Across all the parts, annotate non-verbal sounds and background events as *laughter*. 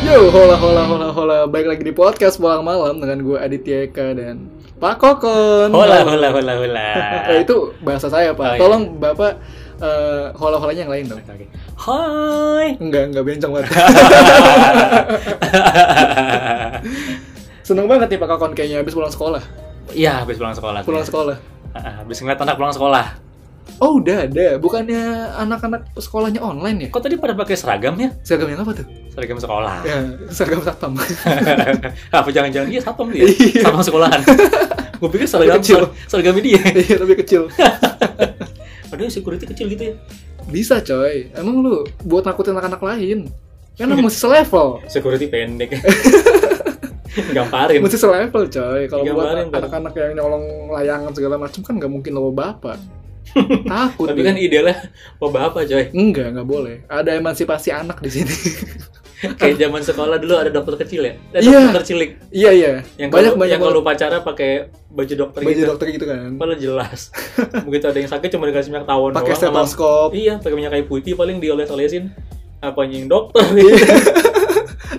Yo, hola hola hola hola. Baik lagi di podcast pulang malam dengan gue Aditya Eka dan Pak Kokon. Hola, hola, hola, hola. Eh, *laughs* itu bahasa saya Pak. Oh, iya. Tolong Bapak eh, hola holanya yang lain dong. Oke. Hai. *laughs* Enggak enggak bencong banget. Seneng banget nih Pak Kokon kayaknya habis pulang sekolah. Iya, habis pulang sekolah. Pulang sekolah. Ah, Habis ngeliat anak pulang sekolah. Oh udah ada. Bukannya anak-anak sekolahnya online ya? Kok tadi pada pakai seragam ya? Seragam yang apa tuh? Seragam sekolah. Ya, seragam satpam. *laughs* Apa jangan-jangan dia satpam dia? Iya. Satpam *laughs* sekolahan. Gue pikir seragam Kecil. seragam dia. Iya, tapi kecil. Padahal security kecil gitu ya. Bisa coy. Emang lu buat nakutin anak-anak lain. Karena masih selevel. Security pendek. *laughs* Gamparin. Mesti selevel coy. Kalau Digambarin, kan? buat Bang. anak-anak yang nyolong layangan segala macam kan nggak mungkin lo bawa *laughs* bapak. Takut. Tapi dia. kan idealnya bapak apa coy? enggak nggak boleh. Ada emansipasi anak di *laughs* sini. Kayak zaman sekolah dulu ada dokter kecil ya? Ada Iya. dokter cilik. iya iya. Yang banyak kalau, banyak yang kalau upacara pakai baju dokter baju gitu. dokter gitu kan. Padahal jelas. Begitu ada yang sakit cuma dikasih minyak tawon Pakai sama- stetoskop Iya, pakai minyak kayu putih paling dioles-olesin. Apanya yang dokter? Iya.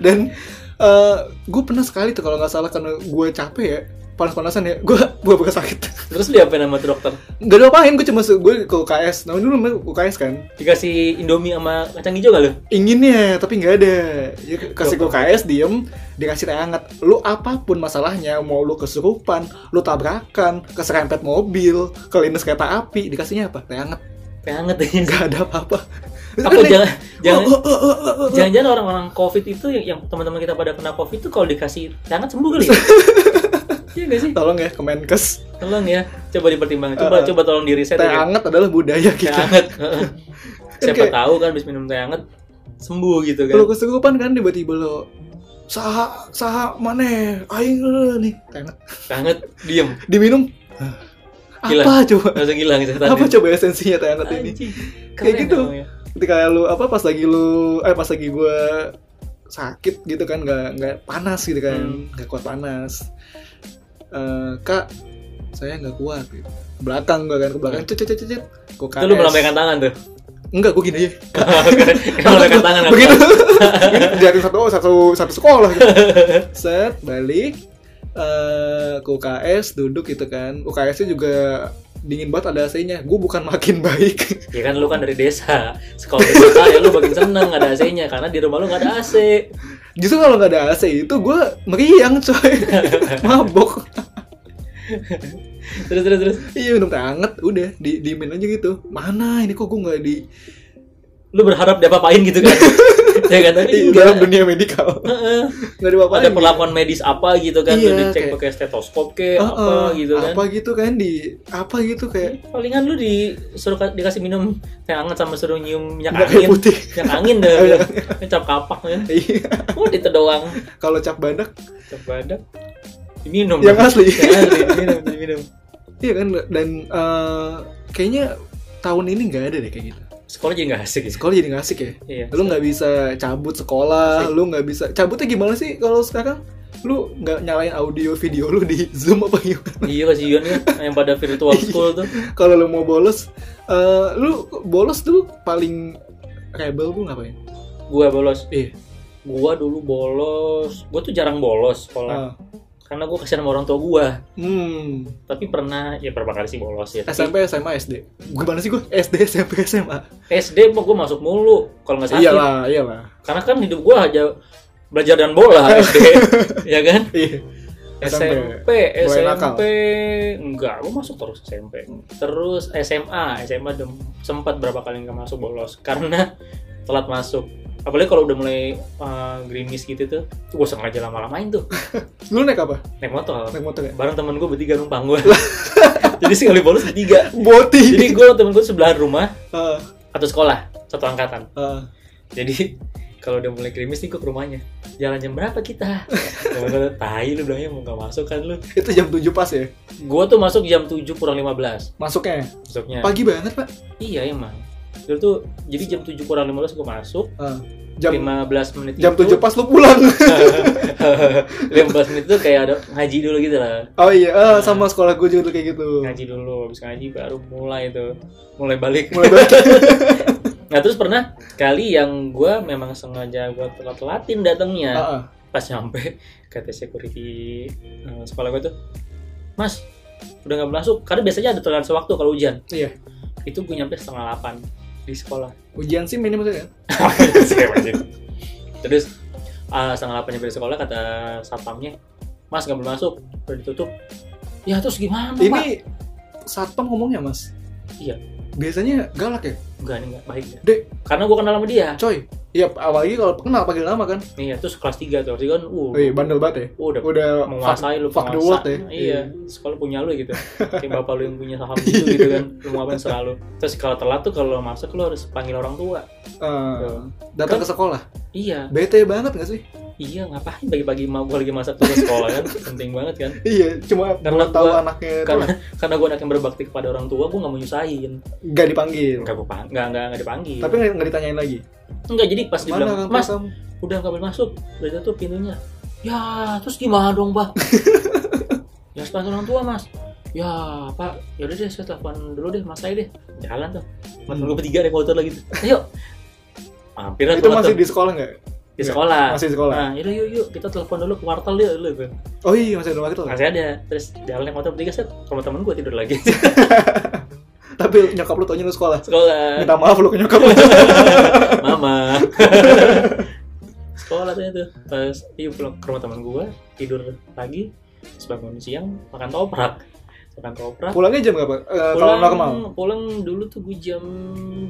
dan eh gue pernah sekali tuh kalau nggak salah karena gue capek ya panas-panasan ya *laughs* gue gue bakal sakit Terus dia apa nama tuh dokter? nggak ada apain gue cuma gue ke UKS nah dulu namanya UKS kan Dikasih Indomie sama kacang hijau gak lu? inginnya tapi nggak ada ya, kasih ke KS diem dikasih teh hangat lu apapun masalahnya mau lu kesurupan lu tabrakan keserempet mobil kelindes kereta api dikasihnya apa teh hangat *laughs* Teh hangat ya. nggak ada apa-apa *laughs* Apa jangan jangan Oh, oh, oh, oh, oh, oh. jangan-jangan orang-orang covid itu yang, yang teman-teman kita pada kena covid itu kalau dikasih teh hangat sembuh *laughs* kali ya? Iya gak sih? tolong ya Kemenkes Tolong ya, coba dipertimbangkan. Coba Eh, eh. coba tolong diriset teh ya. hangat adalah budaya Teh kita *laughs* hangat. Heeh. Siapa kayak- tahu kan habis minum teh hangat sembuh gitu kan. lu kesurupan kan tiba-tiba lo saha saha mana aing eh, nih teh hangat Teh hangat diem, diminum Gila. apa coba langsung hilang setan. apa coba esensinya teh hangat ini Anjing. Kayak Keren gitu. namanya. ketika lu apa pas lagi lu eh pas lagi gue sakit gitu kan nggak nggak panas gitu kan Hmm. nggak kuat panas Eh, kak saya nggak kuat gitu. Ke belakang gue kan ke belakang cet cet cet cet gue Itu lu melambaikan tangan *laughs* tuh. enggak gue gini aja Kan *laughs* melambaikan tangan apa? begitu jadi satu satu satu sekolah gitu. set balik eh ke UKS duduk gitu kan UKS nya juga dingin banget ada AC-nya gue bukan makin baik Ya kan lu kan dari desa. Sekolah di kota ya lu makin seneng ada AC-nya karena di rumah lu nggak ada AC. Justru kalau nggak ada AC itu gue meriang *laughs* coy Mabok Terus terus terus. Iya minum teh hangat udah di diemin aja gitu Mana ini kok gue nggak di Lu berharap dia apain gitu *laughs* kan? ya kan tapi di enggak. dalam dunia medikal Heeh. Iya. Nggak diapa Ada perlakuan medis apa gitu kan? Iya, Lu dicek kayak- pakai stetoskop ke apa gitu kan? Apa gitu kan di Apa gitu kayak Palingan lu disuruh ka- dikasih minum teh hangat sama suruh nyium minyak Minyak kayu angin. putih. Minyak angin deh. *laughs* ya. Iya. Cap kapak ya. Iya Oh, itu doang. Kalau cap badak Cap badak. Diminum. Yang asli. Yang asli, diminum, *laughs* diminum. Iya kan dan eh, Kayaknya tahun ini nggak ada deh kayak gitu Sekolah jadi nggak asik ya? Sekolah jadi nggak asik ya Iya. Lu nggak bisa cabut sekolah Asik. Lu nggak bisa Cabutnya gimana sih kalau sekarang lu nggak nyalain audio video lu di zoom apa gimana? Iya kasihan ya yang pada virtual Iya. school tuh. kalau lu mau bolos eh, lu bolos tuh paling rebel lu ngapain? Gua bolos. Iya. Gua dulu bolos. Gua tuh jarang bolos sekolah. Ah. Karena gua kasihan sama orang tua gua. Hmm. Tapi pernah ya berapa kali sih bolos ya. Tapi SMP, SMA, SD. Gimana sih gua? SD, SMP, SMA. SD mah gua masuk mulu kalau nggak sakit. Iyalah, iyalah. Karena kan hidup gua aja belajar dan bola SD. *laughs* ya kan? Iya. SMP. SMP, Mulai nakal. SMP, enggak, gua masuk terus SMP. Terus SMA, SMA dem- sempat berapa kali nggak masuk bolos karena *laughs* telat masuk. Apalagi kalau udah mulai uh, gerimis gitu tuh, tuh gue sengaja lama-lamain tuh Lu naik apa? naik motor. Naik motor ya? Bareng temen gue bertiga numpang *laughs* gue. Jadi sekali bolos bertiga. Boti. Jadi gue temen gue sebelahan rumah Ah, atau sekolah satu angkatan. ah. Jadi *laughs* kalau udah mulai gerimis nih gue ke rumahnya. Jalan jam berapa kita? Temen gue, tai lu bilangnya mau nggak masuk kan lu. itu jam 7 pas ya. Gua tuh masuk jam 7 kurang 15 Masuknya besoknya. pagi banget, Pak. Iya emang. Dulu tuh jadi jam 7 kurang 15 gua masuk. Ah. Jam 15 menit jam itu. 7 *laughs* pas lu pulang. *laughs* 15 menit tuh kayak ada ngaji dulu gitu lah. oh iya, ah, sama sekolah gue juga tuh kayak gitu. *laughs* Ngaji dulu habis ngaji baru mulai tuh. Mulai balik. Mulai balik. Nah terus pernah kali yang gue memang sengaja gue telat-telatin datangnya. Heeh. pas nyampe kata security eh, sekolah gue tuh mas udah nggak masuk karena biasanya ada toleransi waktu kalau hujan Iya. itu gue nyampe setengah delapan di sekolah Ujian sih minimal kan? terus eh, setengah delapan nyampe di sekolah kata satpamnya mas nggak boleh masuk udah ditutup ya terus gimana Pak? Ini satpam ngomongnya mas. Iya. Biasanya galak ya, enggak nih enggak baik Dek. karena gue kenal sama dia coy. Iya, apalagi kalau kenal panggil nama kan. iya terus kelas tiga tuh kelas tiga kan uh Wih, bandel banget ya. udah Udah menguasai lu fuck the world penguasa. ya. iya sekolah punya lu gitu *laughs* kayak bapak lu yang punya saham gitu gitu kan lu mau ngapain selalu terus kalau telat tuh kalau masuk lu harus panggil orang tua Eh, datang ke sekolah. iya Bete banget gak sih? *laughs* iya ngapain pagi-pagi mau gua lagi masak tugas sekolah kan penting banget kan Iya, cuma Karena karena tahu gua- anaknya karena karena gua anak yang berbakti kepada orang tua gua nggak mau nyusahin gak dipanggil. nggak gua pang nggak nggak nggak dipanggil Tapi nggak nggak ditanyain lagi. nggak jadi pas Mana dibilang orang mas tua kamu? udah nggak boleh masuk udah tutup pintunya ya terus gimana *laughs* dong bah ya harus panggil orang tua mas ya pak yaudah deh saya telepon dulu deh mas saya deh jalan tuh mas Hmm. gue bertiga naik motor lagi tuh ayo hampir lah Itu tuh masih motor. di sekolah nggak? di sekolah Masih di sekolah. nah yaudah yuk yuk kita telepon dulu ke wartel yuk dulu tuh. Oh iya, masih ada waktu itu. masih ada terus jalan naik motor bertiga set sama temen gue tidur lagi *laughs* Tapi nyokap lu taunya lu sekolah. sekolah Minta maaf lu ke nyokap *laughs* lu. mama *laughs* sekolah tuh itu terus iya pulang ke rumah teman gue tidur lagi terus bangun siang makan toprak makan toprak Pulangnya jam berapa? Eh, kalau normal. pulang dulu tuh gue jam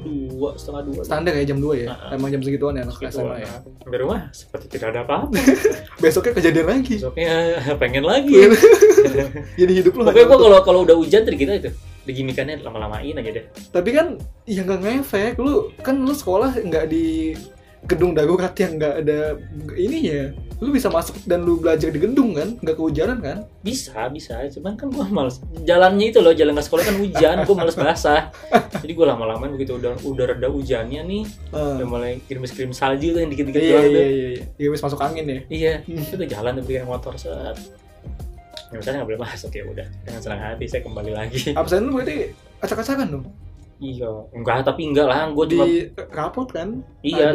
dua setengah dua Standar ya jam 2 ya. Nah. Emang jam segituan ya anak Gitu, SMA ya. nah. Sampai rumah seperti tidak ada apa-apa Besoknya kejadian lagi. besoknya *laughs* pengen lagi Jadi hidup lu *laughs* pokoknya nggak gue kalau kalau udah hujan tadi kita itu digimikannya lama-lamain aja deh Tapi kan ya nggak ngefek. Lu kan lu sekolah nggak di gedung darurat yang nggak ada ininya. Lu bisa masuk dan lu belajar di gedung kan, nggak kehujanan kan? bisa bisa cuman kan gue males jalannya itu loh jalan ke sekolah kan hujan gue males basah jadi gue lama-lama begitu udah udah reda hujannya nih Eh, udah mulai kirim-kirim salju tuh yang dikit-dikit iya, doang iya, tuh iya, iya. Ya wis masuk angin ya. iya itu tuh jalan tuh pakai motor set ya misalnya nggak boleh masuk ya udah dengan senang hati saya kembali lagi *laughs* *laughs* Absen lu berarti acak-acakan dong. iya enggak tapi enggak lah gue cuma Di rapot kan? iya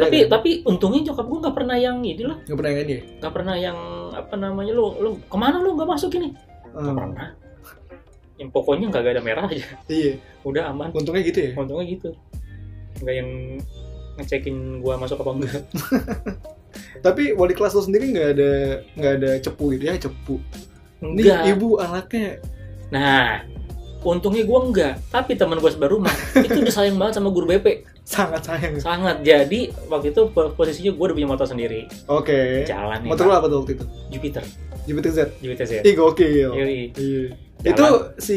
Iya, ada tapi kan? tapi untungnya nyokap gue nggak pernah yang ini lah Nggak pernah ini ya? nggak pernah yang apa namanya lu lu kemana lu nggak masuk Eh, ini nggak pernah yang pokoknya nggak ada merah aja iya. udah aman Untungnya gitu ya. untungnya gitu nggak yang ngecekin gua masuk apa *laughs* enggak Tapi wali kelas lu sendiri nggak ada nggak ada cepu gitu ya cepu. Ini enggak ibu anaknya. Iya. nah untungnya gua enggak tapi teman gua sebelah *laughs* rumah itu disayang banget sama guru BP sangat sayang. sangat jadi waktu itu po- posisinya gua udah punya motor sendiri Oke. jalan nih Motor lu Iya. Pak. apa tuh waktu itu? Jupiter Jupiter Z. Jupiter sih ya. Ih gokil. Yoi. Iya. Jalan. Itu si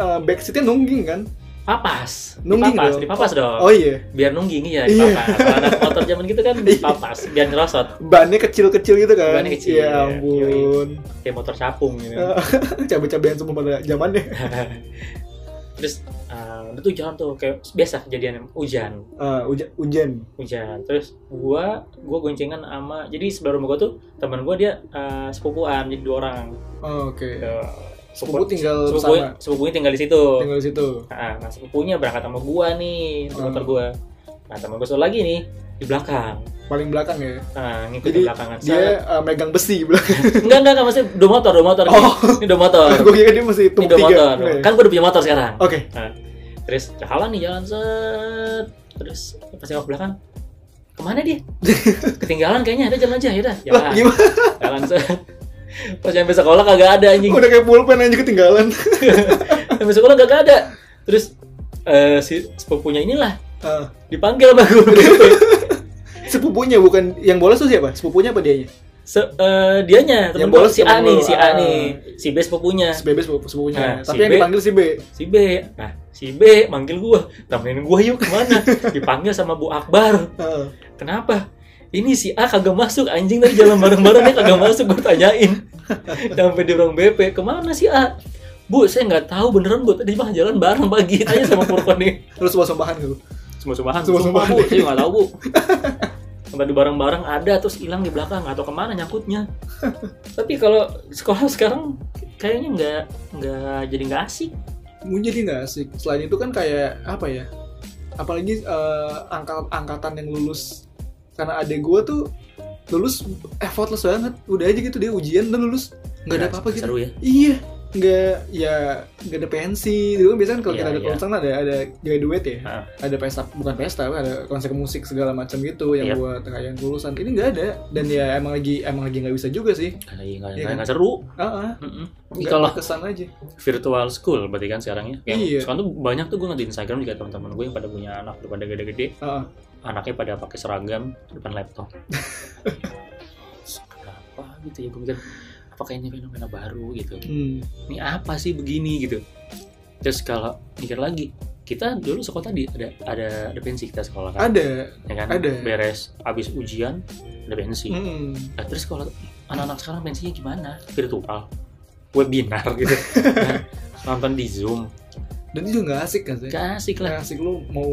uh, backseatnya nungging kan? papas Nungging dipapas dong. dipapas dong Oh iya. biar nungging iya Iya. dipapas Kalau *laughs* anak motor zaman gitu kan dipapas biar nyerosot Bannya kecil-kecil gitu kan? Bannya kecil, Ya iya. ampun. *laughs* kayak motor capung gitu Iya. Cabe-cabean semua pada zamannya. terus eh, udah tuh jalan tuh kayak biasa kejadian hujan Eh, hujan- hujan. hujan terus gua gua goncengan sama jadi sebelah rumah gua tuh teman gua dia eh, sepupuan jadi dua orang Oh, Oke. Eh, Sepupu tinggal sepupunya, bersama. sepupunya tinggal di situ Tinggal di situ. nah, nah, sepupunya berangkat sama gua nih di Hmm. motor gua nah teman gua satu lagi nih di belakang Paling belakang ya. nah ngikut Jadi, di belakangan Set. Dia eh, megang besi belakang. enggak enggak enggak maksudnya dua motor dua motor Oh. nih. *laughs* ini dua *laughs* motor Gue kira dia masih ini tumbuh dua tiga. motor Iya. kan gua udah punya motor sekarang Oke. terus jalan nih jalan set terus pas nengok ke belakang kemana *laughs* dia ketinggalan kayaknya ada jalan aja ya udah Lah, jalan *laughs* gimana? jalan set. Ya kan? *laughs* pas nyampe sekolah kagak ada anjing Udah kayak pulpen aja ketinggalan. *laughs* nyampe sekolah kagak ada terus eh, si sepupunya inilah Eh, dipanggil sama guru *laughs* BP sepupunya bukan yang bolos tuh siapa? Sepupunya apa dianya? Se- eh, dianya temen Yang gue bolos si A temen nih lu, si A ah. nih si B sepupunya Si Bebe sepupu- sepupunya. Nah, Tapi Eh. si yang B- dipanggil si B. si B nah si B manggil gua temenin gua yuk *laughs* kemana dipanggil sama Bu Akbar Heeh. Kenapa? Ini si A kagak masuk anjing tadi jalan bareng-bareng dia kagak masuk gue tanyain. *laughs* Sampai di ruang BP, kemana si A? Bu, saya nggak tahu beneran bu tadi mah jalan bareng pagi tanya sama Purko nih. Terus semua sembahan gitu. Semua sumbahan, Semua semua sumbahan. Bu, saya nggak tahu bu. Sampai di barang-barang ada terus hilang di belakang atau kemana nyangkutnya. Tapi kalau sekolah sekarang kayaknya nggak nggak jadi nggak asik. Mungkin jadi nggak asik. Selain itu kan kayak apa ya? apalagi eh, angka- angkatan yang lulus karena adek gue tuh lulus effortless banget udah aja gitu dia ujian dan lulus nggak ada apa-apa gitu Seru ya. iya nggak ya nggak ada pensi dulu kan biasanya kalau kita Iya, ada iya. konser ada ada graduate ya Ah. ada pesta bukan pesta apa, ada konser musik segala macam gitu yang Iya. buat kayak lulusan ini nggak ada dan ya emang lagi emang lagi nggak bisa juga sih Nggak- Nggak Iya nggak- kan? nggak seru. ah Mm-mm. nggak Kalau kesan aja virtual school berarti kan sekarang ya. Yang Iya. Sekarang tuh banyak tuh gue ngeliat di Instagram juga teman-teman gue yang pada punya anak udah pada gede-gede, Ah, anaknya pada pakai seragam depan *laughs* laptop. Terus Kenapa gitu ya gue mikir apakah ini fenomena baru gitu. hmm. Ini apa sih begini gitu. Terus kalau mikir lagi, kita dulu sekolah tadi ada ada ada pensi kita sekolah kan, ada ya kan? ada. Hmm. Beres abis ujian ada pensi. Mm-mm. Nah, terus kalau anak-anak sekarang pensinya gimana? Virtual, webinar *laughs* gitu, Nah, nonton di Zoom. dan itu juga nggak asik kan sih Gak asik lah. nggak asik lu mau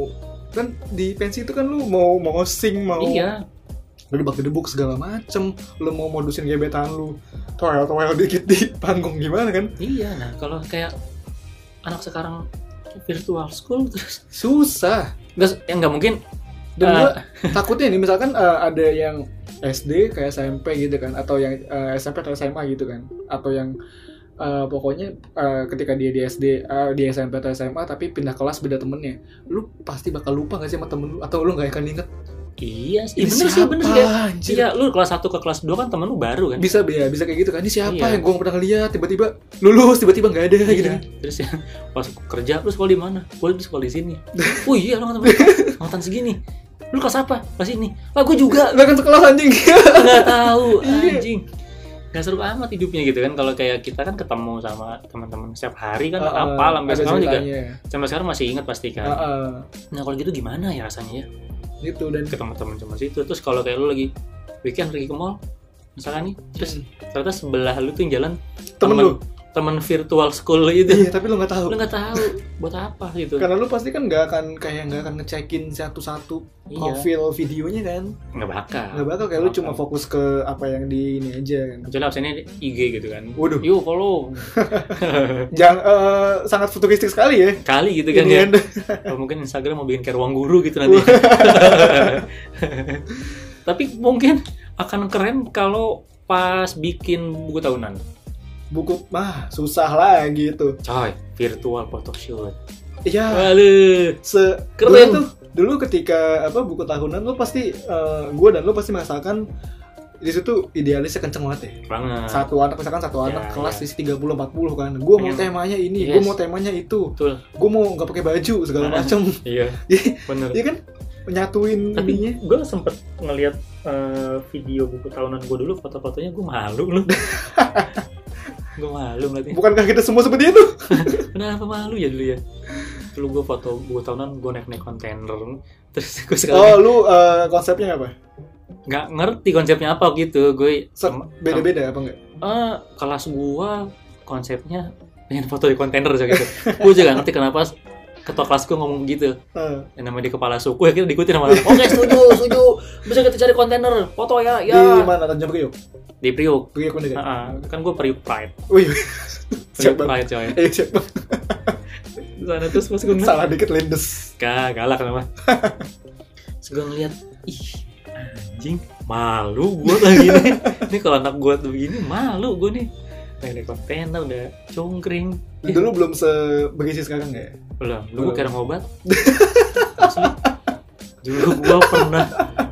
kan di pensi itu kan lu mau mau sing mau Iya, gedebak-gedebuk segala macem lu mau modusin gebetan lu toel-toel dikit di *laughs* panggung gimana kan iya. Nah, kalau kayak anak sekarang virtual school terus susah nggak ya nggak mungkin dan eh, gua takutnya nih misalkan eh, ada yang SD kayak SMP gitu kan atau yang eh, SMP atau SMA gitu kan atau yang eh, pokoknya eh, ketika dia di SD eh, di SMP atau SMA tapi pindah kelas beda temennya lu pasti bakal lupa gak sih sama temen lu atau lu gak akan inget iya sih "Ini bener sih siapa, bener kayak anjir?" iya lu kelas 1 ke kelas 2 kan temen lu baru kan bisa ya bisa kayak gitu kan ini siapa Iya. yang gue pernah lihat tiba-tiba lulus tiba-tiba nggak ada gitu Iya. terus ya pas kerja lu sekolah di mana gua di sekolah di *laughs* sini oh iya lu nonton nonton segini lu kelas apa kelas ini lah gua juga nggak kan sekelas anjing nggak tahu *laughs* Iya. anjing nggak seru amat hidupnya gitu kan kalau kayak kita kan ketemu sama teman-teman setiap *laughs* hari kan Heeh, apa sampai ada sekarang juga ceritanya. sampai sekarang masih ingat pasti kan Heeh, nah kalau gitu gimana ya rasanya ya gitu dan ketemu teman cuma situ terus kalau kayak lu lagi weekend pergi ke mall misalnya nih terus Hmm. ternyata sebelah lu tuh yang jalan temen temen- lu teman virtual school itu iya tapi lu nggak tahu lu nggak tahu buat apa gitu karena lu pasti kan nggak akan kayak nggak akan ngecekin satu-satu Iya. profil videonya kan nggak bakal nggak bakal kayak lu Bakal. cuma fokus ke apa yang di ini aja kan kecuali absennya IG gitu kan Waduh. yuk follow jangan eh, sangat futuristik sekali ya kali gitu kan Ini ya kan. Atau mungkin Instagram mau bikin kayak ruang guru gitu *laughs* nanti. Tapi mungkin akan keren kalau pas bikin buku tahunan. buku mah susah lah gitu Coy, virtual photoshoot. iya Eh. Waduh, se Keren. dulu tuh dulu ketika apa buku tahunan lu pasti gue dan lu pasti merasakan di situ idealisnya kenceng banget ya. banget. Satu anak misalkan satu Nah. Ya, anak kelas ya. isi 30 40 kan. Gua mau Pengen- temanya ini, Yes. gua mau temanya itu. Betul. Gua mau nggak pakai baju segala Ah. macem *laughs* Iya, bener. Iya kan? Menyatuin Tapi ininya. gue sempet ngeliat eh, video buku tahunan gue dulu, foto-fotonya gue malu *laughs* loh. gue malu ngeliatnya. Bukankah kita semua seperti itu? Kenapa malu ya dulu ya? Dulu gue foto buku tahunan, gue naik-naik kontainer. Terus gue sekarang Oh, lu eh, konsepnya apa? nggak ngerti konsepnya apa gitu gue Se- Beda-beda apa enggak? eh, kelas gua konsepnya pengen foto di kontainer aja gitu gue juga nggak ngerti kenapa ketua kelas gue ngomong gitu Eh, yang namanya di kepala suku ya kita diikutin sama orang. oke setuju setuju bisa kita cari kontainer foto ya ya Di mana Tanjung Priok? di Priuk Priok mana kan? Heeh. kan gue Priuk Pride Wih. *laughs* Priuk Siapa? Pride coy Eh, siapa? di sana terus pas gue ngeliat Salah dikit lendes. Gak, galak kenapa *laughs* terus gue ngeliat ih anjing malu gue lagi *laughs* nih ini kalau anak gue tuh begini malu gue nih Nah, di kontainer udah congkring Iya. Dulu belum seberisi sekarang ya? belum Belum. dulu gue kira *laughs* ngobat Asli. dulu gue pernah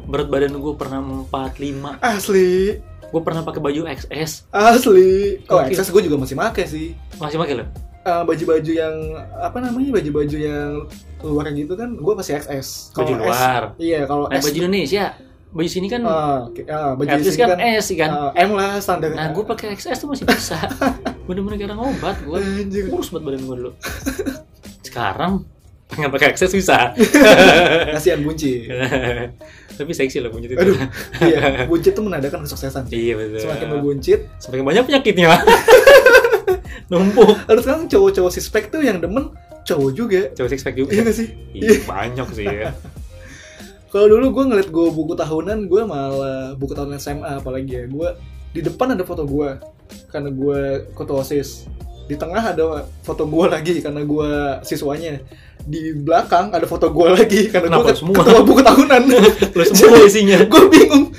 berat badan gue pernah 45 Asli, gue pernah pakai baju XS asli. Oh, Oke. XS gue juga masih make sih. masih pakai loh Eh, baju-baju yang apa namanya baju-baju yang luar gitu kan gue masih XS baju Kalau S- luar iya kalau nah S baju Indonesia baju sini kan ah, oke, ah, baju at least sini kan, kan, S kan ah, M lah standar nah gue pakai XS tuh masih *laughs* bisa bener-bener kira ngobat gue Anjir. kurus buat badan gue dulu sekarang pengen pakai akses *laughs* susah kasihan buncit Iya. tapi seksi loh punya itu aduh iya buncit tuh menandakan kesuksesan iya betul semakin membuncit semakin banyak *laughs* penyakitnya numpuk lalu sekarang cowok-cowok suspek tuh yang demen cowok juga coba six pack iya juga gak sih Ih, banyak sih ya kalau dulu gue ngeliat gue buku tahunan gue malah buku tahunan SMA apalagi ya gue di depan ada foto gue karena gue ketua osis di tengah ada foto gue lagi karena gue siswanya di belakang ada foto gue lagi karena gue Kenapa ket- semua? ketua buku tahunan *laughs* *laughs* Lu semua isinya. gue bingung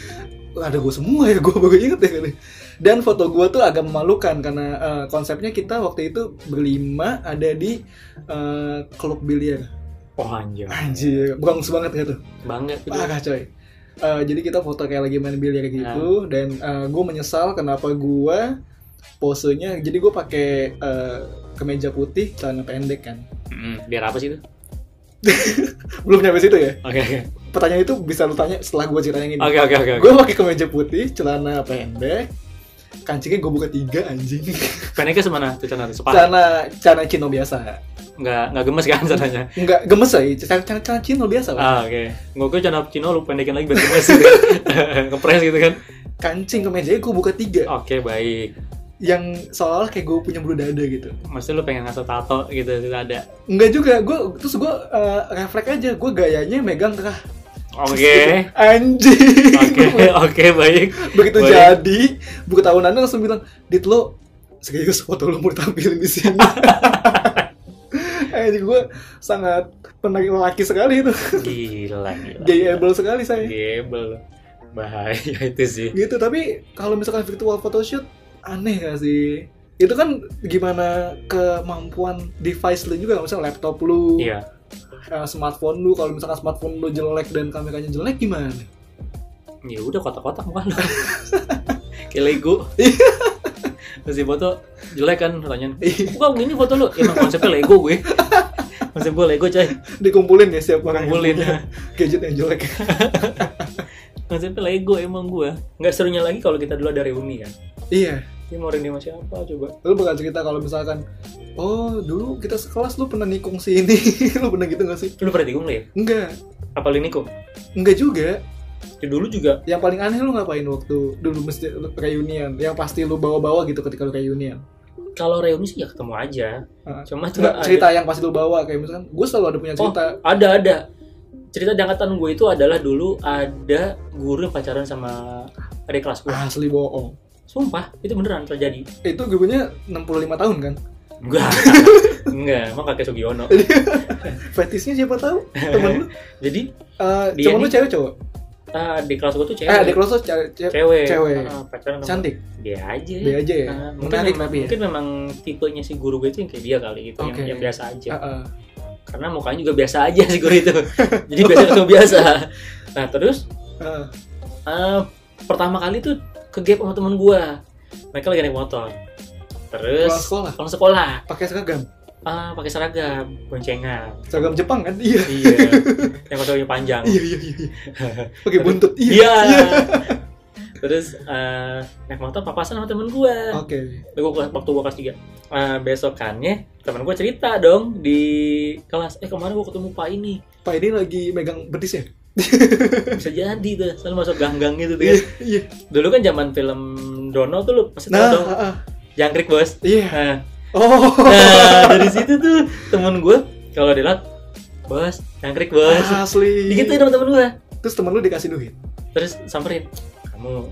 "Lah, ada gue semua ya gue baru inget ya kali dan foto gue tuh agak memalukan karena eh, konsepnya kita waktu itu berlima ada di eh, klub biliar Oh anjir. anjir brongs banget gitu Banget itu. parah coy Eh, jadi kita foto kayak lagi main biliar Nah. gitu dan gue menyesal kenapa gue posenya jadi gue pakai eh, kemeja putih celana pendek kan Mm, biar apa sih itu? belum nyampe situ ya Oke oke. pertanyaan itu bisa lu tanya setelah gue ceritain yang ini Oke oke oke. oke. gue pakai kemeja putih celana pendek kancingnya gue buka tiga anjing Pendeknya semana tuh celana tuh? Separuh. celana celana cino biasa Enggak enggak gemes kan *laughs* celananya? nggak gemes lah celana, celana, celana cino biasa lah Ah, oke. Gue kira celana Cino lu pendekin lagi biar gemes gitu. *laughs* Ngepres gitu kan. kancing kemejanya gue buka tiga Oke, baik. yang seolah kayak gue punya bulu dada gitu Maksudnya lu pengen ngasih tato gitu, itu ada. Enggak juga, gue terus gue eh, refleks aja, gue gayanya megang kerah. Oke. Anjing. Oke, *laughs* oke, baik. *laughs* Begitu Boleh. jadi, buku tahunannya langsung bilang, "Dit lo serius foto lo mau ditampilin di sini." *laughs* Anjing gue sangat menarik laki sekali itu. *laughs* Gila, gila. Jayable sekali saya. Gebel. lu. Bahaya *laughs* itu sih. Gitu, tapi kalau misalkan virtual photoshoot aneh gak sih? Itu kan gimana kemampuan device lu juga, misalnya laptop lu, Iya. eh, smartphone lu. Kalau misalkan smartphone lu jelek dan kameranya jelek gimana? Ya udah kotak-kotak *laughs* muka lu. Kayak Lego. Iya. Masih foto jelek kan pertanyaan. Iya. Bukan gini foto lu. Emang konsepnya Lego gue. Konsep gue Lego, coy. dikumpulin ya setiap orang yang Kumpulin. punya gadget yang jelek Konsepnya Lego emang gue. Nggak serunya lagi kalau kita dulu ada reuni kan. iya Ini mau reuni sama siapa coba? lu bakal cerita kalau misalkan oh dulu kita sekelas lu pernah nikung si ini *laughs* lu pernah gitu gak sih Lu pernah tikung lu ya? enggak Apa liniku? enggak juga Ya, dulu juga yang paling aneh lu ngapain waktu dulu mesti reunian yang pasti lu bawa-bawa gitu ketika lu reunian kalau reuni sih ya ketemu aja. Ah. Cuma tuh Enggak, ada, Oh. cerita yang pasti lu bawa kayak misalkan gue selalu ada punya cerita ada ada. Cerita di angkatan gue itu adalah dulu ada guru yang pacaran sama adik kelas gue. asli bohong Sumpah, itu beneran terjadi. itu gurunya 65 tahun kan *laughs* Enggak. Enggak, emang kakek Sugiono. fetisnya siapa tahu temen lu *laughs* Jadi, Eh, Iya, Dia temen lu nih. cewek cowok ah, di kelas gue tuh cewek. eh di kelas lu cewek cewek. cewek. cewek. Ah, pacaran sama cantik dia aja. be aja ya Ah, mungkin, menarik memang- tapi ya mungkin memang tipenya si guru gue itu yang kayak dia kali gitu, yang- Oke. yang, biasa aja. Ah, ah. Karena mukanya juga biasa aja si guru *laughs* itu. Jadi biasa ketemu biasa. Nah, terus Ah. Eh, pertama kali tuh ke gap sama temen gua mereka lagi naik motor pulang terus sekolah pulang sekolah pakai seragam ah pakai seragam boncengan seragam Jepang kan iya *laughs* iya yang kotornya panjang iya iya iya iya. pakai buntut iya iya terus eh, naik motor papasan sama temen gua Iya. oke Gua kelas- waktu gua kelas tiga Eh, besokannya temen gua cerita dong di kelas eh kemarin gua ketemu pak ini pak ini lagi megang betis ya bisa jadi tuh selalu masuk gang-gang gitu tuh ya. iya iya dulu kan zaman film Dono tuh lu pasti tau nah dong ah, ah. jangkrik bos iya Nah, oh Nah, dari situ tuh temen gue kalau dilihat bos jangkrik bos asli digituin sama temen gue terus temen lu dikasih duit terus samperin kamu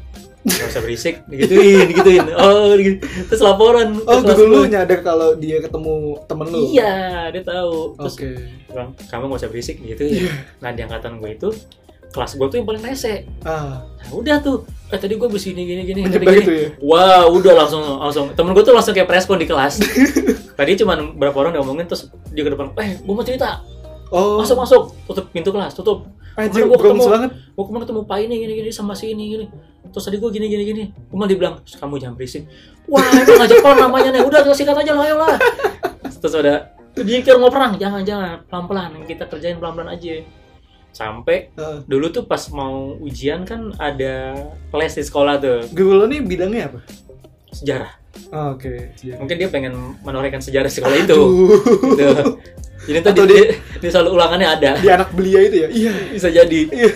nggak usah berisik digituin digituin oh gitu. terus laporan ke oh kelas guru lu gue. nyadar kalau dia ketemu temen lu iya dia tahu terus oke bilang, kamu nggak usah berisik Iya. digituin nah di angkatan gue itu kelas gue tuh yang paling rese ah nah udah tuh eh tadi gue begini gini gini gini, menyebar gini. gitu ya Wah, udah langsung langsung. Temen gue tuh langsung kayak preskon *laughs* di kelas. Tadi cuman berapa orang ngomongin terus dia ke depan, eh, gue mau cerita, oh masuk masuk, tutup pintu kelas, tutup. anjir Kemarin gua gemes ketemu. banget gue kemarin ketemu Pak ini gini gini sama si ini gini terus tadi gue gini gini gini gue malah dibilang "Terus kamu jangan berisik wah itu ngajak perang namanya nih udah terus sikat aja lah ayo lah terus ada dia kira mau perang jangan jangan pelan pelan kita kerjain pelan pelan aja sampai Ah. dulu tuh pas mau ujian kan ada les di sekolah tuh guru lu nih bidangnya apa sejarah Ah, oke Iya. mungkin dia pengen menorehkan sejarah sekolah itu Aduh. gitu. jadi tadi Atau dia, dia selalu ulangannya ada *laughs* di anak belia itu ya iya bisa jadi *laughs* Iya.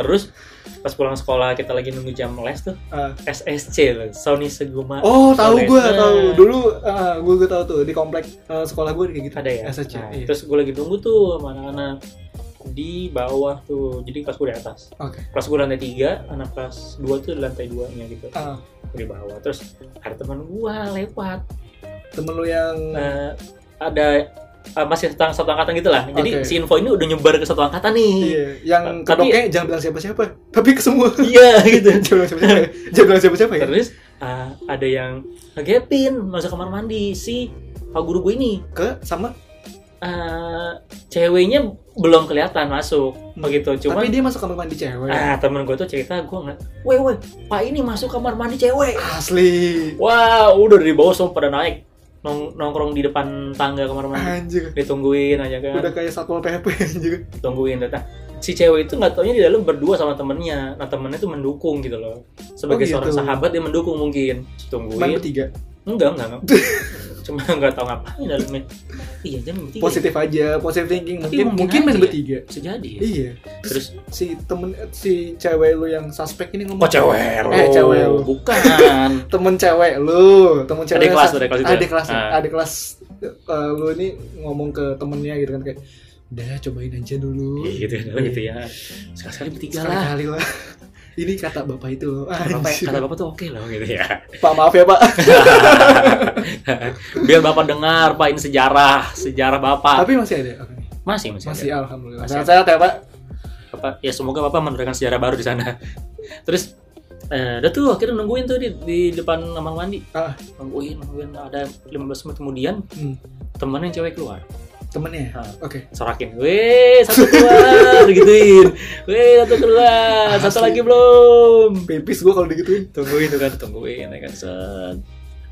terus pas pulang sekolah kita lagi nunggu jam les tuh Ah. SSC loh, Sony Seguma Oh, tahu Soleh. gue, Nah. tahu. Dulu ah, gue gue tahu tuh di komplek eh, sekolah gue kayak gitu. ada ya. SSC. Nah, iya. Terus gue lagi nunggu tuh sama anak-anak di bawah tuh, jadi kelas gue di atas. Oke. Kelas gue lantai tiga, anak kelas dua tuh di lantai duanya gitu, Ah, di bawah. Terus ada teman gue lewat, Hmm. temen lu yang Nah, ada eh, masih satu, satu angkatan gitu lah. Oke. Jadi si info ini udah nyebar ke satu angkatan nih. Iya, yang Tapi- kedoknya jangan bilang siapa-siapa, tapi ke semua. *laughs* Iya gitu. jangan bilang siapa-siapa. ya. *laughs* Jangan bilang siapa-siapa ya. Terus ah, ada yang ngegepin masuk kamar mandi si pak guru gue ini Ke sama eh, ceweknya belum kelihatan masuk begitu. Cuman tapi dia masuk kamar mandi cewek. ah temen gue tuh cerita gue ngeliat, weh weh pak ini masuk kamar mandi cewek. Asli. Wah udah dari bawah semua pada naik Nong- nongkrong di depan tangga kamar mandi. Anjir. ditungguin aja kan Ah. Udah kayak satpol PP anjir. tungguin datang si cewek itu nggak taunya di dalam berdua sama temennya nah temennya tuh mendukung gitu loh sebagai Oh, gitu. seorang sahabat dia mendukung mungkin Cuman tungguin bertiga. enggak enggak, *laughs* enggak. cuma nggak tahu ngapain dalamnya iya jangan bertiga Positif aja, positive thinking. Tapi Mungkin mungkin mungkin main aja. bertiga. bisa jadi ya. Iya. terus Si temen si cewek lu yang suspek ini ngomong. oh cewek lo Eh, cewek lo. bukan temen cewek lu temen cewek Adik kelas, sa- adik kelas itu ya? adik kelas Ah. adik kelas eh, lu ini ngomong ke temennya gitu kan kayak udah cobain aja dulu *laughs* Iya, gitu ya dalam gitu ya sekali sekali bertiga sekali lah kali lah *laughs* ini kata bapak ya. itu loh Bapak, ya, Anjir. kata bapak tuh oke loh gitu ya pak maaf ya pak *laughs* biar bapak dengar pak ini sejarah sejarah bapak tapi masih ada oke. masih masih, ada. masih alhamdulillah Masih sehat sehat ya pak Bapak, ya semoga Bapak menerangkan sejarah baru di sana. Terus eh, udah tuh akhirnya nungguin tuh di, di depan kamar mandi. Ah. Nungguin, nungguin ada 15 menit kemudian Hmm. temennya yang cewek keluar. temennya ya? Ah. oke Sorakin, weh satu keluar *laughs* gituin, weh satu keluar, satu Asli. lagi belum. pipis gua kalau digituin Tungguin tuh kan, tungguin ya kan set.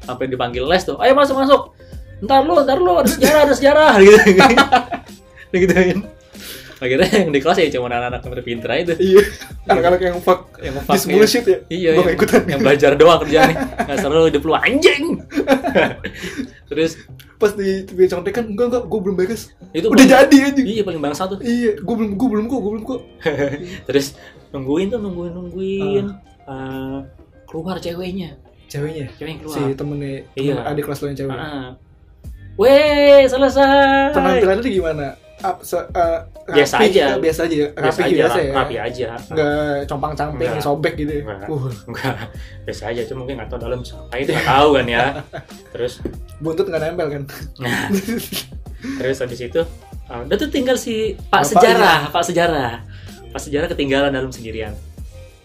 Sampai dipanggil les tuh, ayo masuk masuk. Ntar lu, ntar lu ada sejarah, ada sejarah *laughs* gitu. Digituin. Akhirnya yang di kelas ya cuma anak-anak yang pinter aja tuh. iya anak-anak yang fuck Yang nge-fuck this ya. bullshit ya Iya, Gua yang, nggak ikutan. yang belajar doang kerjaan nih. Nggak seru, hidup lu *laughs* anjing. Terus pas di di contek kan enggak enggak gua belum beres itu udah paling- jadi aja Iya paling bangsa tuh. iya gua belum gua belum kok gua belum kok Terus nungguin tuh nungguin nungguin Ah. Eh, keluar ceweknya, ceweknya cewek yang keluar. si temennya Iya. temen adik kelas lo yang cewek Ah. Weh, selesai. penampilannya tuh gimana? Ap, se- eh, Biasa rapi, aja. eh, biasa aja, ya? rapi Biasa aja, biasa ya, rapi aja. nggak compang camping, Nggak. sobek gitu. ya? Nggak. Uh, Enggak, biasa aja. Cuma mungkin nggak tahu dalam sampai nggak tahu kan *laughs* ya. Terus, buntut nggak nempel *laughs* kan? nah, terus habis itu, eh, udah tuh tinggal si Pak Bapak Sejarah, Pak Sejarah, Pak Sejarah ketinggalan dalam sendirian.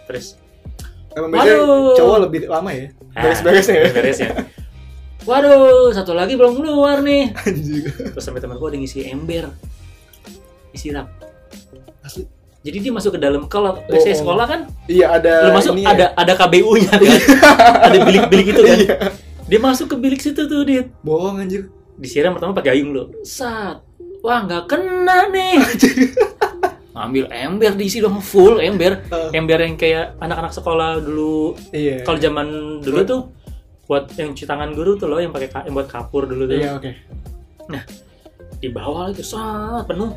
Terus Emang biasanya Waduh. cowok lebih lama ya? Ah, Beres-beresnya *laughs* ya? beres-beresnya. Waduh, satu lagi belum keluar nih. Anjir. Terus sampai teman gue ada ngisi ember, disiram. Asli. Jadi dia masuk ke dalam kalau WC Bohong. sekolah kan, Iya ada. lu masuk ini ya. ada ada KBU-nya kan, *laughs* ada bilik-bilik itu kan. Iya. Dia masuk ke bilik situ tuh dia Bohong anjir. disiram pertama pakai gayung lo. Sat, wah nggak kena *laughs* nih. Ambil ember diisi dong full ember, Eh, ember yang kayak anak-anak sekolah dulu iya. kalau zaman dulu tuh buat yang cuci tangan guru tuh loh yang pakai ka- yang buat kapur dulu tuh Iya oke. di bawah lagi saat penuh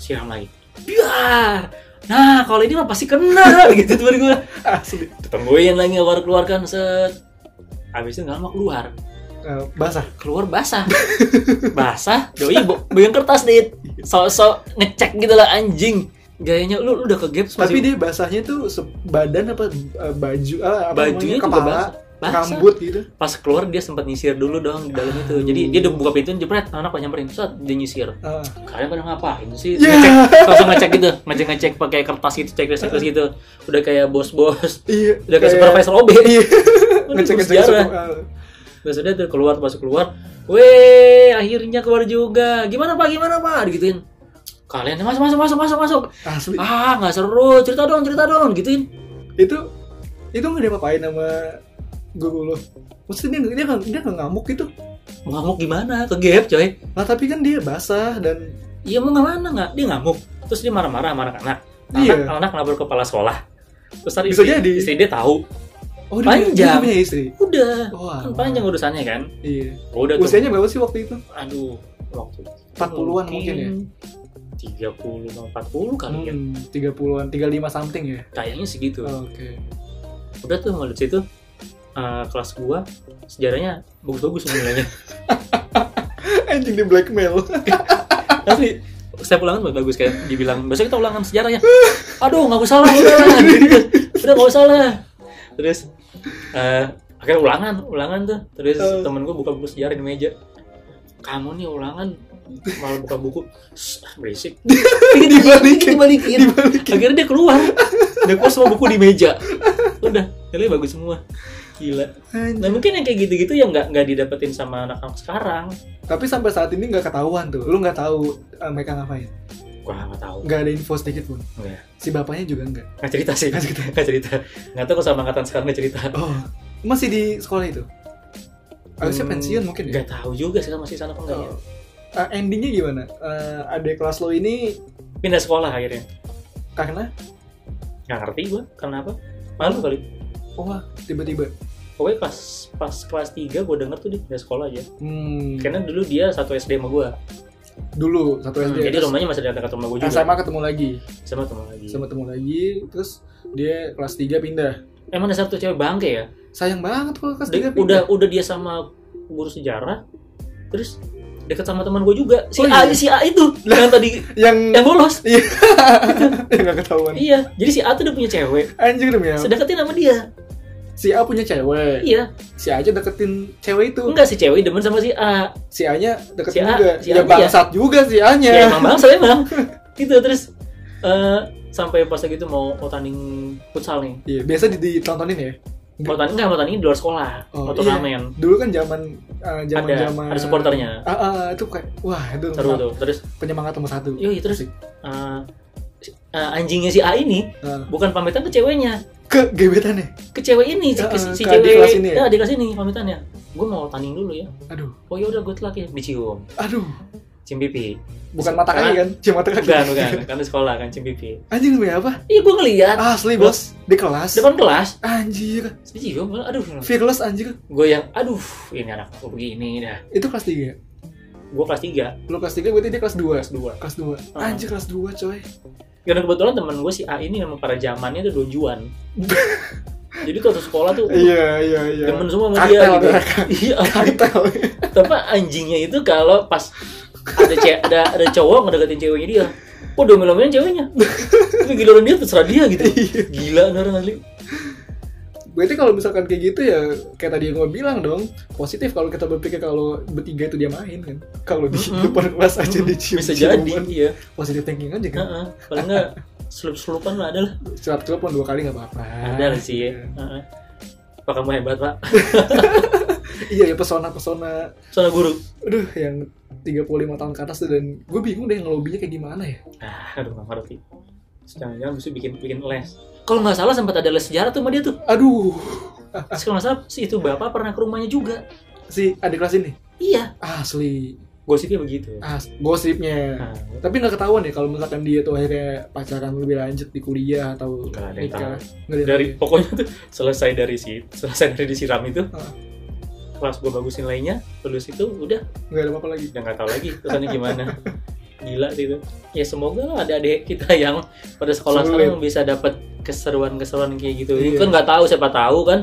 siram lagi biar nah kalau ini mah pasti kena *laughs* gitu tuh gue *laughs* Asli. eh, tungguin lagi keluar keluarkan set habis itu nggak lama keluar Eh, basah. keluar *laughs* basah basah doi bo- boyong kertas dit sok-sok ngecek gitu lah anjing gayanya lu, lu udah ke gap Tapi dia basahnya tuh se- badan apa eh, baju eh, apa namanya, bajunya juga kepala, basah basah rambut gitu. pas keluar dia sempat nyisir dulu dong di dalam itu jadi dia udah buka pintu jepret anak pada nyamperin set dia nyisir Eh, kalian pada ngapain sih Iya. Ah. ngecek langsung ngecek gitu ngecek ngecek pakai kertas gitu cek cek cek gitu udah kayak bos bos iya. udah kayak supervisor OB Iya. Aduh, Ngecek ngecek. sejarah. terus udah tuh keluar masuk keluar weh akhirnya keluar juga gimana pak gimana pak digituin kalian masuk masuk masuk masuk masuk Asli. ah nggak seru cerita dong cerita dong gituin itu itu nggak diapa-apain sama guru lo maksudnya dia dia nggak dia nggak ngamuk gitu ngamuk gimana ke gap coy nah tapi kan dia basah dan Iya mau nggak mana nggak dia ngamuk terus dia marah-marah sama anak-anak Iya. anak anak lapor ke kepala sekolah terus tadi Bisa istri, jadi. istri dia tahu oh dia, punya- Panjang. dia punya istri udah wah kan panjang urusannya kan iya udah tuh usianya berapa sih waktu itu aduh waktu 40-an mungkin ya? Hmm. tiga puluh empat puluh kali ya tiga puluhan tiga lima something ya kayaknya segitu oke udah tuh mulai dari situ eh, kelas gua sejarahnya *laughs* bagus-bagus nilainya *laughs* anjing di *laughs* blackmail tapi setiap ulangan bagus, bagus kayak dibilang besok kita ulangan sejarah ya aduh nggak usah lah udah lah gitu. udah nggak usah lah terus eh akhirnya ulangan ulangan tuh terus Eh. temen gue buka buku sejarah di meja kamu nih ulangan malah buka buku "Shh, basic Dibalikin. dibalikin dibalikin akhirnya dia keluar dia keluar semua buku di meja udah nilai bagus semua gila nah mungkin yang kayak gitu-gitu yang nggak nggak didapetin sama anak-anak sekarang tapi sampai saat ini nggak ketahuan tuh lu nggak tahu eh, mereka ngapain gua nggak tahu nggak ada info sedikit pun Nggak. si bapaknya juga nggak nggak cerita sih Nggak cerita. nggak cerita nggak tahu kok sama angkatan sekarang nggak cerita oh masih di sekolah itu harusnya Hmm, pensiun mungkin ya nggak tahu juga sih masih sana apa nggak ya Oh. Eh, endingnya gimana Eh, adik kelas lo ini pindah sekolah akhirnya karena nggak ngerti gua kenapa malu kali wah tiba-tiba pokoknya pas pas kelas 3 gua denger tuh dia pindah sekolah aja hmm, karena dulu dia satu SD sama gua dulu satu SD Hmm, jadi terus rumahnya masih dekat rumah gua juga SMA ketemu lagi sama teman lagi sama ketemu lagi terus dia kelas 3 pindah emang ada satu cewek bangke ya sayang banget kalau kelas Dia- 3 pindah udah udah dia sama guru sejarah terus deket sama teman gue juga si Oh, A iya? si A itu yang tadi yang *laughs* yang bolos yang nggak ketahuan iya jadi si A tuh udah punya cewek anjir demi ya sedeketin sama dia si A punya cewek iya si A aja deketin cewek itu enggak si cewek demen sama si A si A nya deketin Hmm. Si A- juga ya si A nya bangsat juga si A ya nya emang bangsa emang gitu terus eh, sampai pas gitu mau mau tanding futsal nih *laughs* iya biasa di- ditontonin ya mau tanding enggak mau tanding di luar sekolah Oh, mau iya. turnamen dulu kan zaman eh, zaman ada zaman ada supporternya ah, ah, itu kayak wah itu seru tuh terus penyemangat nomor satu yoi terus Asik. eh, si- eh, anjingnya si A ini Ah. bukan pamitan ke ceweknya ke gebetannya ke cewek ini si, Ya, si- si ke cewek adik kelas ini ya? ya? adik kelas ini pamitannya gue mau tanding dulu ya aduh oh ya udah gue telat ya dicium aduh cium *laughs* pipi bukan mata kaki kan cuma mata kaki bukan *laughs* bukan kan di sekolah kan cium pipi anjir demi apa iya gue ngeliat asli bos di kelas depan kelas anjir dicium gua, aduh fearless anjir gue yang aduh ini anak gue begini dah itu kelas 3 gue kelas 3 lu kelas 3 berarti dia kelas 2 kelas 2 kelas 2 Ah. anjir kelas 2 coy karena kebetulan teman gue si A ini memang pada zamannya tuh *laughs* dojuan jadi kalau ke sekolah tuh iya iya iya demen semua sama kartel dia gitu. tuh, ya? iya *laughs* kartel tapi anjingnya itu kalau pas ada ce- ada ada cowok ngedeketin ceweknya dia kok domel-domelin *laughs* ceweknya tapi giliran dia terserah dia gitu gila nih orang asli Iya. berarti kalau misalkan kayak gitu ya kayak tadi yang gue bilang dong positif kalau kita berpikir kalau bertiga itu dia main kan kalau di Mm-mm. depan kelas aja dicium bisa jadi iya positif thinking aja kan Heeh. paling nggak selup-selupan lah ada lah celap celap dua kali nggak apa-apa ada lah sih ya Heeh. pak kamu hebat pak iya ya pesona pesona soalnya guru aduh yang 35 tahun ke atas tuh dan gue bingung deh ngelobinya kayak gimana ya ah, aduh nggak ngerti Terus jangan-jangan bisa bikin bikin les kalau nggak salah sempat ada les sejarah tuh sama dia tuh aduh Terus kalau nggak salah si itu bapak pernah ke rumahnya juga si adik kelas ini iya asli gosipnya begitu as gosipnya nah, tapi nggak ketahuan ya kalau misalkan dia tuh akhirnya pacaran lebih lanjut di kuliah atau Nggak ada yang nikah tahu. Nggak ada yang dari tahu. pokoknya tuh selesai dari si selesai dari disiram itu Heeh. kelas gue bagusin lainnya lulus itu udah ya. nggak ada apa-apa lagi udah nggak tahu lagi terusannya gimana gila sih itu ya semoga lah ada adik kita yang pada sekolah Sulit. sekarang bisa dapat keseruan-keseruan kayak gitu Ini Iya. kan nggak tahu siapa tahu kan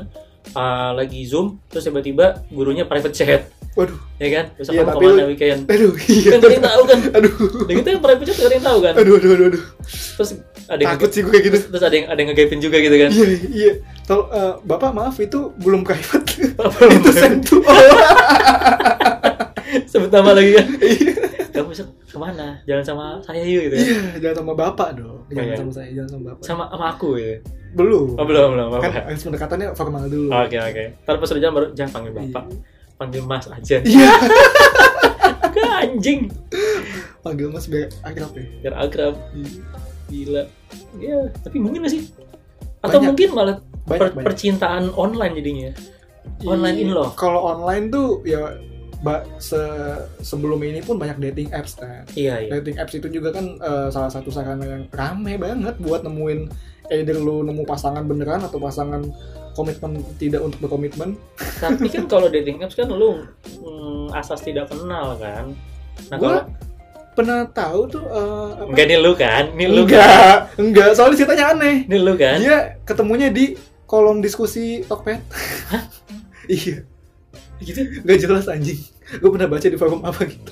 uh, lagi zoom terus tiba-tiba gurunya private chat waduh ya kan terus Iya, kamu tapi kemana lu- weekend aduh iya kan kalian tahu kan *laughs* aduh dan kita yang private chat kalian tahu kan aduh aduh aduh aduh terus ada yang takut sih gue kayak gitu terus ada yang ada yang ngegapin juga gitu kan iya iya tol eh, bapak maaf itu belum private Iya, itu Apa- sentuh Oh, iya. sebut nama lagi kan Iya. kamu besok kemana jalan sama saya yuk gitu ya? iya jangan sama bapak dong jangan Iya. sama saya jangan sama bapak sama sama aku gitu belum oh, belum belum apa Ah. kan harus pendekatannya formal dulu oke oke ntar pas udah jalan baru jangan panggil bapak panggil mas aja *laughs* iya Enggak, anjing panggil mas biar akrab ya biar akrab Iya. gila ya tapi mungkin gak sih atau Banyak. mungkin malah banyak per- banyak Iya, percintaan online jadinya online in love. kalau online tuh ya ba- se- sebelum ini pun banyak dating apps kan iya iya dating apps itu juga kan eh, salah satu sarana yang rame banget buat nemuin either lu nemu pasangan beneran atau pasangan komitmen tidak untuk berkomitmen *laughs* tapi kan kalau dating apps kan lu mm, asas tidak kenal kan nah Gua kalau pernah tahu tuh eh, apa? enggak nih lu kan nih lu kan enggak enggak soalnya ceritanya aneh nih lu kan dia ketemunya di kolom diskusi Tokped *laughs* iya gitu nggak jelas anjing gue pernah baca di forum apa gitu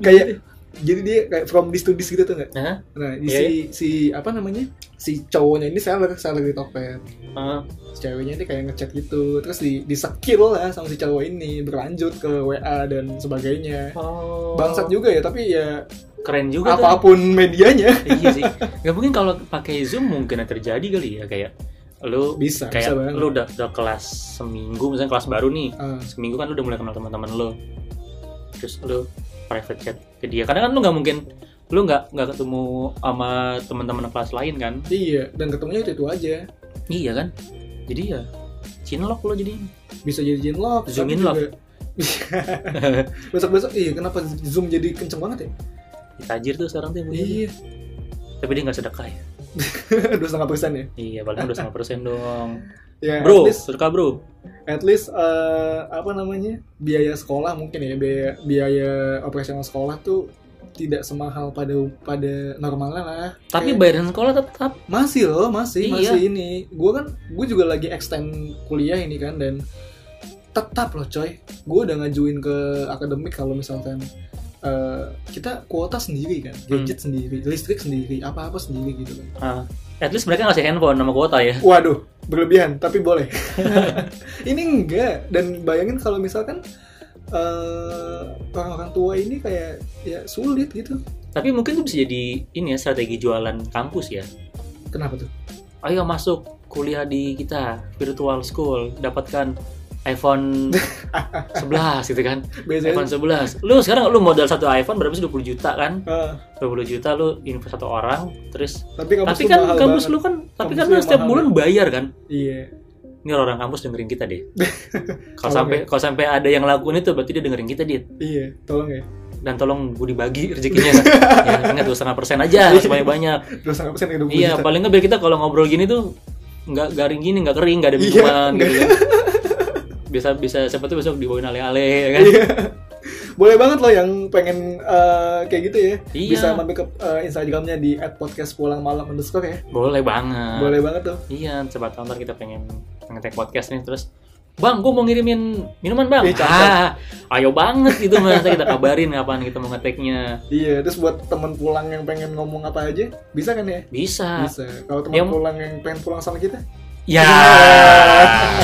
kayak jadi dia kayak from this to this gitu tuh nggak Hah? nah Iya, si si apa namanya si cowoknya ini seller seller di Tokped Ah, si ceweknya ini kayak ngechat gitu terus di di skill lah sama si cowok ini berlanjut ke WA dan sebagainya oh. bangsat juga ya tapi ya keren juga tuh. apapun medianya iya sih nggak mungkin kalau pakai zoom mungkin yang terjadi kali ya kayak lu bisa bisa kayak banget lu udah, udah kelas seminggu misalnya kelas baru nih Ah, seminggu kan lu udah mulai kenal teman-teman lu terus lu private chat ke dia karena kan lu nggak mungkin lu nggak nggak ketemu sama teman-teman kelas lain kan iya dan ketemunya itu itu aja iya kan jadi ya cinlok lo jadi bisa jadi jinlok Zoom tapi inlock. juga- *laughs* besok besok iya kenapa zoom jadi kenceng banget ya ditajir tuh sekarang tuh yang punya. iya tapi dia nggak sedekah ya *laughs* dua setengah persen ya iya paling udah sama persen dong ya *laughs* bro at least sedekah bro at least eh, apa namanya biaya sekolah mungkin ya biaya biaya operasional sekolah tuh tidak semahal pada pada normalnya lah tapi Kayak- bayaran sekolah tetap Masih loh, masih, Iya. masih ini. Gue kan, gue juga lagi extend kuliah ini kan dan tetap loh coy. Gue udah ngajuin ke akademik kalau misalkan eh, kita kuota sendiri kan, gadget sendiri, listrik sendiri, apa-apa sendiri gitu kan. Ah, at least mereka ngasih handphone nama kuota ya Waduh, berlebihan, tapi *laughs* boleh. ini enggak. Dan bayangin kalau misalkan eh, orang-orang tua ini kayak ya sulit gitu. tapi mungkin itu bisa jadi ini ya strategi jualan kampus ya Kenapa tuh? ayo masuk kuliah di kita virtual school dapatkan *laughs* iPhone 11 gitu kan iPhone Biasanya 11 lu sekarang lu modal satu iPhone berapa sih 20 juta kan eh, 20 juta lu invest satu orang terus tapi kampus tapi lu kan mahal kampus banget. lu kan tapi Kampus kan lu lu setiap mahal bulan bayar kan Iya. ini orang kampus dengerin kita *laughs* deh kalau Oke. sampai kalau sampai ada yang lakuin itu berarti dia dengerin kita dia Iya, tolong ya. dan tolong gue dibagi rezekinya *laughs* ya, ingat dua setengah persen Iya. aja sebanyak banyak Terus nggak persen kayak 20 Iya, juta. paling nggak biar kita kalau ngobrol gini tuh nggak garing gini, nggak kering, nggak ada Iya, minuman nggak. gitu kan. Bisa bisa siapa tuh besok dibawain ale-ale ya kan. Iya. Boleh banget loh yang pengen eh, kayak gitu ya. Iya. Bisa mampir ke eh, Instagramnya di @podcastpulangmalam underscore ya. Boleh banget. Boleh banget tuh. Iya, coba tahun ntar kita pengen ngetek podcast nih terus Bang, gue mau ngirimin minuman bang. Iya, cakep. ah, ayo banget gitu mas. Ntar kita kabarin kapan kita mau ngeteknya. Iya, terus buat teman pulang yang pengen ngomong apa aja, bisa kan ya? Bisa. Bisa. Kalau teman Nah. Yang- Iya. pulang yang pengen pulang sama kita, Ya.